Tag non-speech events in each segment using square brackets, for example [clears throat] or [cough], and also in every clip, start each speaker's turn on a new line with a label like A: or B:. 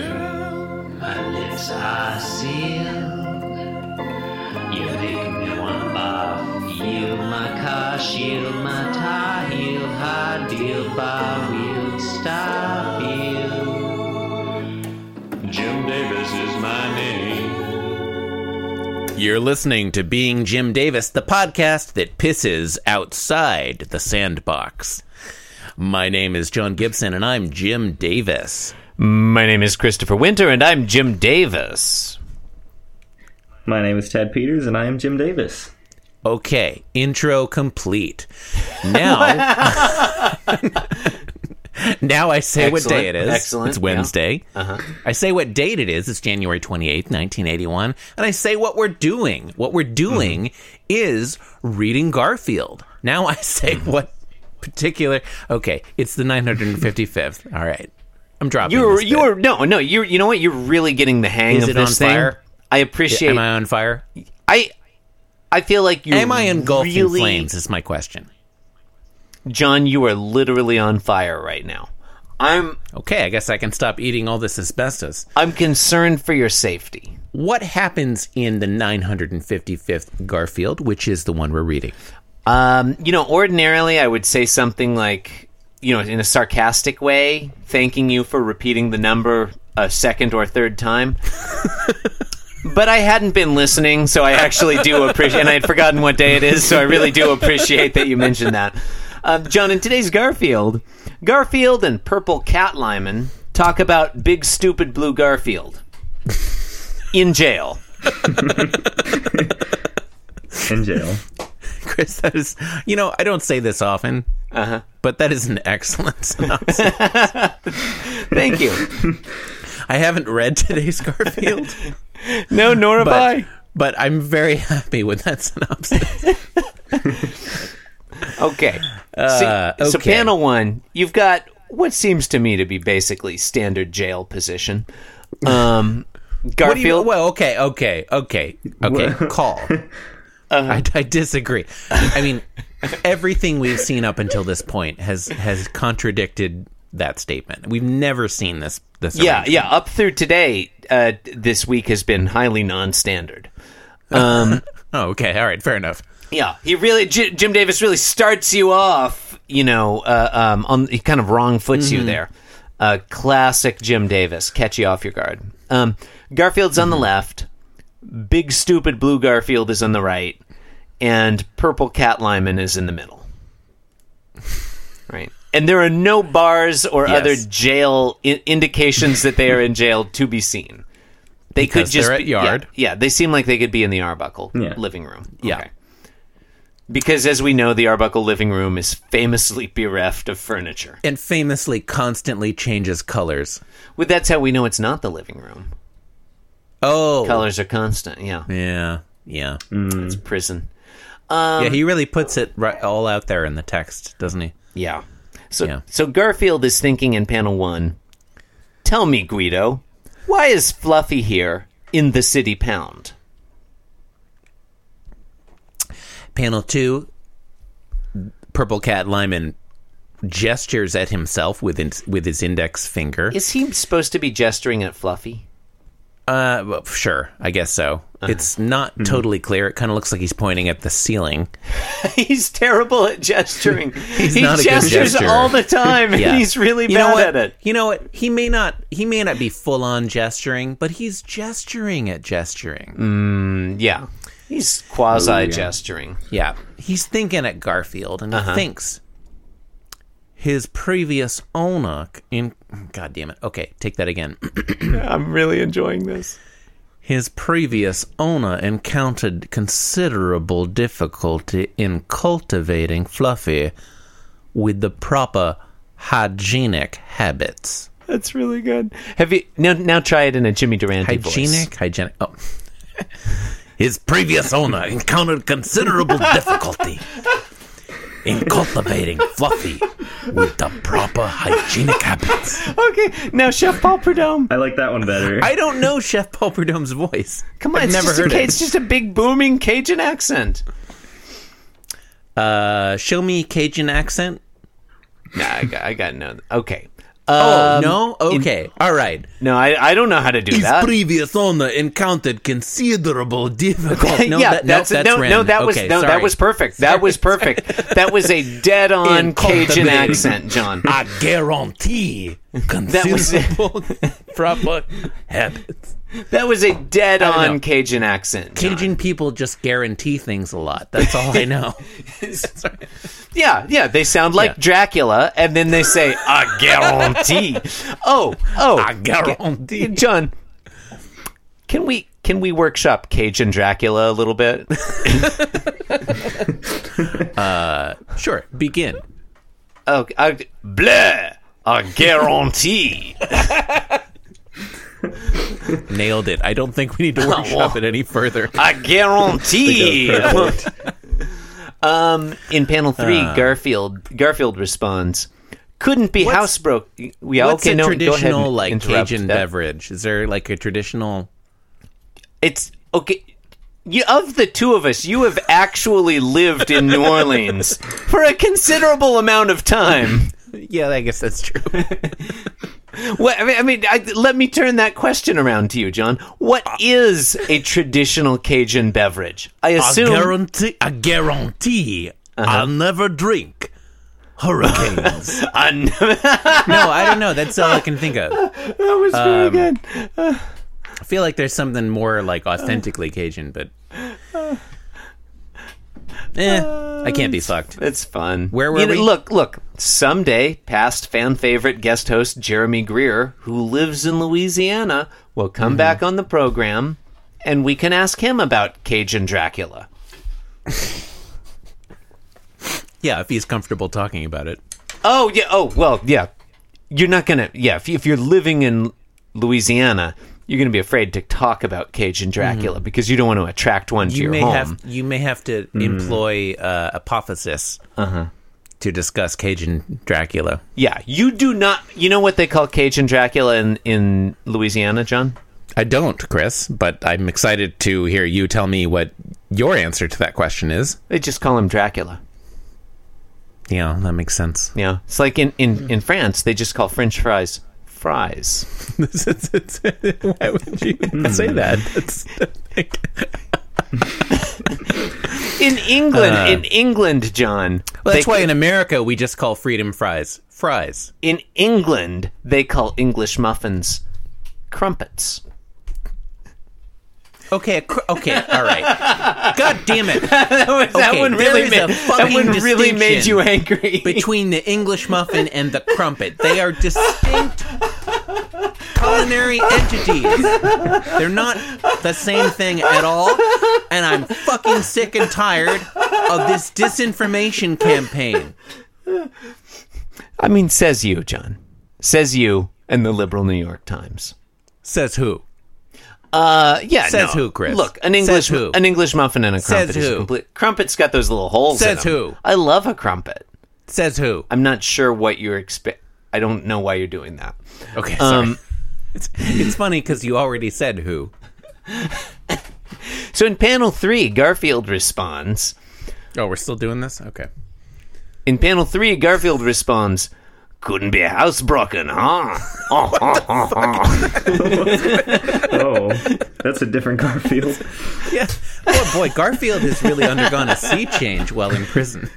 A: Girl, my lips are sealed. You make me wanna barf. Yield my car, shield my tie, heel, high deal, bar wheel, stop you. Jim Davis is my name.
B: You're listening to Being Jim Davis, the podcast that pisses outside the sandbox. My name is John Gibson, and I'm Jim Davis.
C: My name is Christopher Winter, and I'm Jim Davis.
D: My name is Tad Peters, and I am Jim Davis.
B: Okay,
C: [laughs]
B: intro complete. Now, [laughs] now I say what day it
C: Excellent, excellent,
B: is. It's
C: yeah. Uh-huh.
B: Wednesday. I say what date it is. It's January 28th, 1981. And I say what we're doing. What we're doing
C: Mm-hmm.
B: is reading Garfield. Now I say
C: Mm-hmm.
B: what particular. Okay, it's
C: [laughs]
B: the 955th. All right. I'm dropping.
C: You're
B: this bit.
C: you're no no you're you know what you're really getting the hang
B: Is
C: of
B: it
C: this
B: on
C: thing.
B: fire?
C: I appreciate.
B: Am I on fire?
C: I I feel like you're
B: Am I engulfed
C: really,
B: in flames? Is my question.
C: John? You are literally on fire right now. I'm
B: Okay, I guess I can stop eating all this asbestos.
C: I'm concerned for your safety.
B: What happens in the 955th Garfield, which is the one we're reading? [laughs]
C: Um, you know, ordinarily I would say something like, you know, in a sarcastic way, thanking you for repeating the number a second or third [laughs] time. but I hadn't been listening, so I actually do appreciate, and I had forgotten what day it is, so I really do appreciate that you mentioned that. Um, John, in today's Garfield, Garfield and Purple Cat Lyman talk about big stupid blue Garfield in jail.
D: In jail.
B: Chris, that is, you know, I don't say this often,
C: Uh-huh.
B: but that is an excellent [laughs] synopsis.
C: Thank you.
B: I haven't read
C: [laughs]
B: today's Garfield,
C: No, nor have
B: but,
C: I.
B: but I'm very happy with that [laughs] synopsis.
C: Okay. So, so
B: Uh, okay.
C: panel one, you've got what seems to me to be basically standard jail position. Um,
B: What do you,
C: [laughs] Garfield.
B: well, okay, okay, okay, okay,
C: [laughs]
B: call.
C: Uh-huh.
B: I, I disagree. I mean, everything we've seen up until this point has has contradicted that statement. We've never seen this. this
C: yeah, yeah. Up through today, uh, this week has been highly non-standard.
B: Oh, okay. All right. Fair enough.
C: Yeah, he really J- Jim Davis really starts you off, you know, uh, um, on he kind of wrong foots
B: Mm-hmm.
C: you there. Uh, classic Jim Davis, catch you off your guard. Um, Garfield's
B: Mm-hmm.
C: on the left, big stupid blue Garfield is on the right, and purple cat Lyman is in the
B: [laughs]
C: middle. Right, and there are no bars or
B: Yes.
C: other jail I- indications that they are in jail to be seen. They
B: Because
C: could just
B: they're at
C: be, yeah,
B: yard.
C: Yeah, they seem like they could be in the Arbuckle
D: Yeah.
C: living room.
B: Yeah.
C: Because as we know, the Arbuckle living room is famously [laughs] bereft of furniture.
B: And famously constantly changes colors.
C: Well, that's how we know it's not the living room.
B: Oh.
C: Colors are constant. Yeah,
B: Mm-hmm. Yeah. Yeah.
C: it's prison.
B: yeah.
C: Um,
B: He really puts it right, all out there in the text, doesn't he?
C: Yeah. So
B: Yeah.
C: so Garfield is thinking in panel one. Tell me, Guido, why is Fluffy here in the city pound?
B: Panel two Purple Cat Lyman gestures at himself with, in, with his index finger.
C: Is he supposed to be gesturing at Fluffy? [laughs]
B: Uh, well, sure. I guess so.
C: Uh-huh.
B: It's not totally clear. It kind of looks like he's pointing at the ceiling.
C: He's terrible at
B: [laughs]
C: gesturing. he
B: not a good
C: gestures
B: gesturer.
C: all the time,
B: [laughs] Yeah.
C: and he's really
B: know
C: bad at
B: what?
C: it.
B: You know what? He may not he may not be full on gesturing, but he's gesturing at gesturing.
C: Yeah. He's quasi gesturing.
B: Yeah. He's thinking at Garfield and he thinks his previous owner in God damn it. Okay, take that again. [clears throat]
C: I'm really enjoying this.
B: His previous owner encountered considerable difficulty in cultivating Fluffy with the proper hygienic habits.
C: That's really good. Have you now? Now try it in a Jimmy Durante voice.
B: Hygienic? Hygienic. Oh. [laughs] His previous owner encountered considerable difficulty in cultivating Fluffy with the proper hygienic habits.
C: Okay, now Chef Paul Prudhomme.
D: I like that
C: [laughs]
D: one better.
B: I don't know Chef Paul Prudhomme's voice.
C: Come on,
B: I've
C: it's
B: never
C: just a
B: heard
C: ca-
B: it.
C: It's just a big booming Cajun accent.
B: Uh, show me Cajun accent.
C: Nah, I got, I got no. Okay,
B: Oh
C: Um,
B: no!
C: in-
B: Okay, all right.
C: no, I, I don't know how to do that.
B: previous owner encountered considerable difficulty.
C: [laughs]
B: No,
C: yeah,
B: that,
C: that's,
B: no, that's
C: no,
B: Ren.
C: no, that was
B: Okay,
C: no,
B: sorry.
C: that was perfect. That was perfect. that was
B: [laughs]
C: a dead-on
B: In
C: Cajun
B: cultivating.
C: accent,
B: [laughs]
C: John.
B: I guarantee
C: was it.
B: considerable [laughs] proper habits.
C: That was a
B: I know.
C: dead-on Cajun accent. John.
B: Cajun people just guarantee things a lot. That's all I [laughs] know.
C: Yeah, yeah, they sound like
B: Yeah.
C: Dracula, and then they say, "I
B: [laughs]
C: guarantee." oh, oh,
B: I guarantee.
C: John, can we can we workshop Cajun Dracula a little
B: [laughs]
C: bit?
B: Sure, begin.
C: oh, I, blah, I guarantee.
B: Nailed it. I don't think [laughs] we need to workshop it any further.
C: I guarantee. um, in panel three, Garfield Garfield responds, "Couldn't be
B: What's-
C: housebroken." Yeah,
B: What's
C: okay,
B: a
C: no, go ahead and
B: traditional like
C: interrupt.
B: Cajun
C: That-
B: beverage? Is there like a traditional?
C: It's okay. You, of the two of us, you have actually lived in
B: [laughs]
C: New Orleans for a considerable amount of time.
B: Yeah, I guess that's true.
C: What, I mean, I mean I, let me turn that question around to you, John. What
B: Uh,
C: is a traditional Cajun beverage? I [laughs] assume.
B: I guarantee. I guarantee.
C: Uh-huh.
B: I'll never drink
C: [laughs]
B: hurricanes.
C: I know-
B: no, I don't know. That's all I can think of.
C: that was very good.
B: I feel like there's something more like authentically Cajun, but eh, I can't be fucked.
C: It's fun.
B: Where were
C: You know,
B: we?
C: Look, look. Someday, past fan favorite guest host Jeremy Greer, who lives in Louisiana, will come
B: Mm-hmm.
C: back on the program, and we can ask him about Cajun Dracula.
B: Yeah, if he's comfortable talking about it.
C: Oh yeah. Oh well. Yeah. You're not gonna. Yeah. If, you, if you're living in Louisiana, you're gonna be afraid to talk about Cajun Dracula because you don't want to attract one to
B: Mm-hmm. You
C: your
B: may
C: home.
B: have you may have to employ uh, apophysis to discuss Cajun Dracula.
C: Yeah. You do not. You know what they call Cajun Dracula in in Louisiana, John?
B: I don't, Chris, but I'm excited to hear you tell me what your answer to that question is.
C: They just call him Dracula.
B: Yeah, that makes sense. [laughs]
C: Yeah. It's like in,
B: Hmm.
C: in, in France, they just call French fries fries.
B: Why would you say that? [laughs]
C: In England, in England, John.
B: Uh. well, that's
C: they-
B: why in America we just call freedom fries fries.
C: in England, they call English muffins crumpets.
B: Okay, cr- okay, all [laughs] right. God damn it!
C: that
B: Okay,
C: one
B: there
C: really
B: is a
C: made, that
B: fucking
C: one really made
B: distinction
C: you angry.
B: Between the English muffin and the crumpet, they are distinct culinary entities. They're not the same thing at all, and I'm fucking sick and tired of this disinformation campaign.
C: [laughs] I mean, says you, John. Says you and the liberal New York Times.
B: Says who?
C: Uh, yeah.
B: Says
C: no.
B: who, Chris?
C: Look, an
B: Says
C: English
B: who?
C: an English muffin and a crumpet. is
B: who?
C: Complete, crumpet's got those little holes. in
B: Says
C: them.
B: who?
C: I love a crumpet.
B: Says who?
C: I'm not sure what you're expect. I don't know why you're doing that.
B: Okay, sorry. it's, it's funny because you already said who.
C: So in panel three, Garfield responds.
B: Oh, we're still doing this? Okay.
C: In panel three, Garfield responds, "Couldn't be a housebroken, [laughs] huh?" Oh, oh, oh, oh.
D: Oh, that's a different Garfield.
B: Yeah. Oh boy, Garfield has really undergone a sea change while in prison.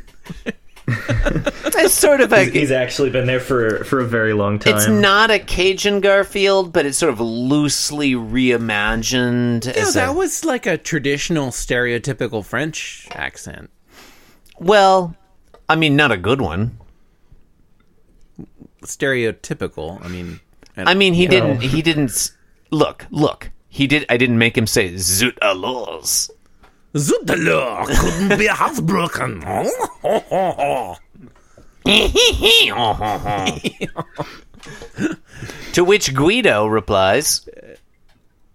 C: [laughs] It's sort of a
D: He's actually been there for for a very long time.
C: It's not a Cajun Garfield, but it's sort of loosely reimagined.
B: No,
C: as a-
B: that was like a traditional, stereotypical French accent.
C: well, I mean, not a good one.
B: Stereotypical. I mean,
C: I mean, he didn't. He didn't. s- Look, look. He did. I didn't make him say "zut alors."
B: Zut alors, couldn't be housebroken.
C: [laughs] To which Guido replies,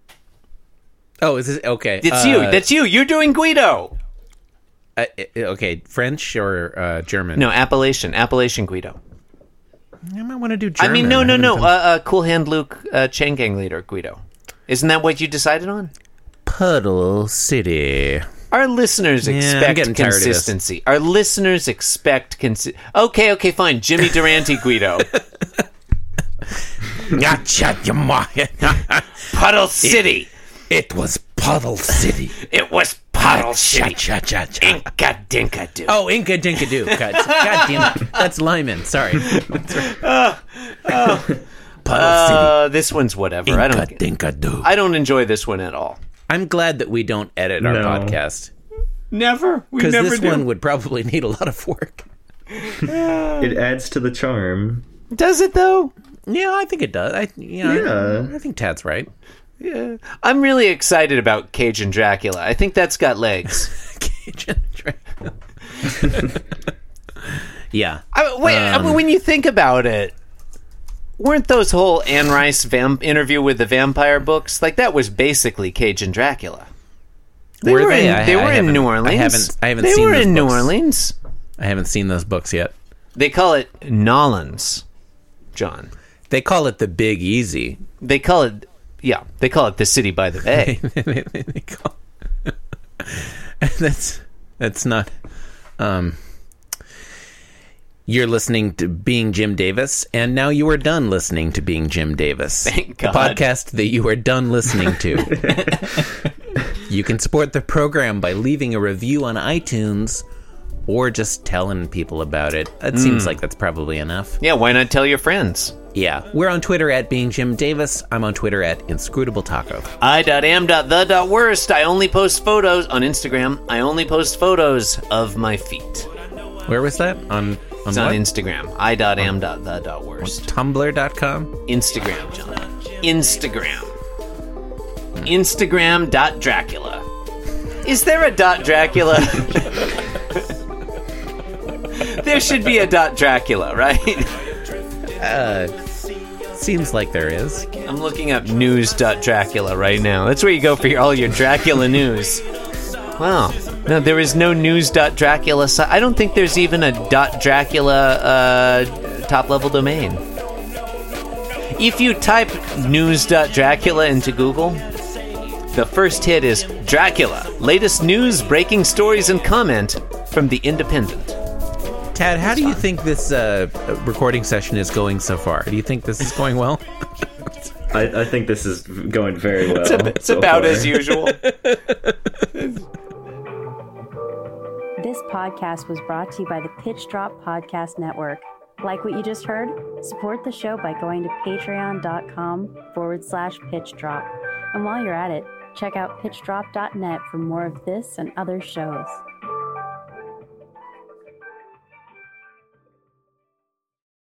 B: [laughs] oh, is this okay?
C: "It's you. That's you. You're doing Guido."
B: uh, uh, okay. French or uh, German?
C: No, Appalachian. Appalachian Guido.
B: I might want to do
C: I
B: German.
C: mean, no, no,
B: haven't
C: no.
B: done-
C: Uh, uh, cool Hand Luke, uh, chain gang leader Guido. Isn't that what you decided on?
B: Puddle City.
C: Our listeners
B: I'm
C: expect
B: getting tired of this.
C: consistency. Our
B: [laughs]
C: listeners expect consi- Okay, okay, fine. Jimmy Durante Guido.
B: Gotcha, you ma-
C: Puddle City.
B: [laughs] It was Puddle [laughs] City.
C: It was Puddle
B: Cha
C: City.
B: cha cha cha.
C: Inka dinka do.
B: Oh, Inca Dinka Doo. God, God damn it. That's Lyman. [laughs] Sorry. Uh, Puddle
C: Uh, this onene's whatever. I
B: City.
C: don't.
B: Inca Dinka Doo.
C: I don't enjoy this one at all.
B: I'm glad that we don't edit our
D: No.
B: podcast
C: Never. We
B: because
C: never
B: this
C: do.
B: one would probably [laughs] need a lot of work.
D: It adds to the charm.
C: Does it though?
B: Yeah, I think it does. I, you know,
D: Yeah.
B: I think Tad's right. [laughs]
C: Yeah. I'm really excited about Cajun Dracula. I think that's got legs.
B: Cajun Dracula. yeah.
C: I, wait, I
B: Um,
C: mean, when you think about it, weren't those whole Anne Rice vamp- interview with the vampire books like that was basically Cajun Dracula? They
B: Were
C: were
B: they?
C: in,
B: I-
C: they
B: I
C: were in
B: haven't-
C: New
B: I
C: Orleans.
B: haven't- I haven't
C: They
B: seen
C: were
B: those
C: in New
B: books.
C: Orleans.
B: I haven't seen those books yet.
C: They call it Nolans, John.
B: They call it the Big Easy.
C: They call it yeah. They call it the city by the
B: [laughs]
C: bay.
B: They- they- they call- that's that's not. Um, you're listening to Being Jim Davis, and now you are done listening to Being Jim Davis,
C: Thank
B: the
C: God.
B: podcast that you are done listening to.
C: [laughs]
B: you can support the program by leaving a review on iTunes, or just telling people about it. It
C: Mm.
B: seems like that's probably enough.
C: yeah. Why not tell your friends?
B: Yeah, we're on Twitter at Being Jim Davis. I'm on Twitter at Inscrutable Taco.
C: I.am.the.worst. I only post photos on Instagram. I only post photos of my feet.
B: Where was that on? On
C: It's
B: what?
C: on Instagram. I.am.the.worst.
B: Tumblr.com.
C: Instagram, John. Instagram. Instagram.dracula. Is there a dot Dracula? [laughs] there should be a dot Dracula, right?
B: Seems like there is.
C: I'm looking up news.dracula right now. That's where you go for your, all your Dracula news. Wow. No, there is no news.dracula. Si- I don't think there's even a .dracula uh, top-level domain. If you type news.dracula into Google, the first hit is Dracula, latest news, breaking stories, and comment from The Independent.
B: Tad, how do you think this uh, recording session is going so far? Do you think this is going well?
D: I, I think this is going very well. It's,
C: It's about as usual.
E: This podcast was brought to you by the Pitch Drop Podcast Network. Like what you just heard? Support the show by going to patreon.com forward slash pitch drop. And while you're at it, check out pitchdrop.net for more of this and other shows.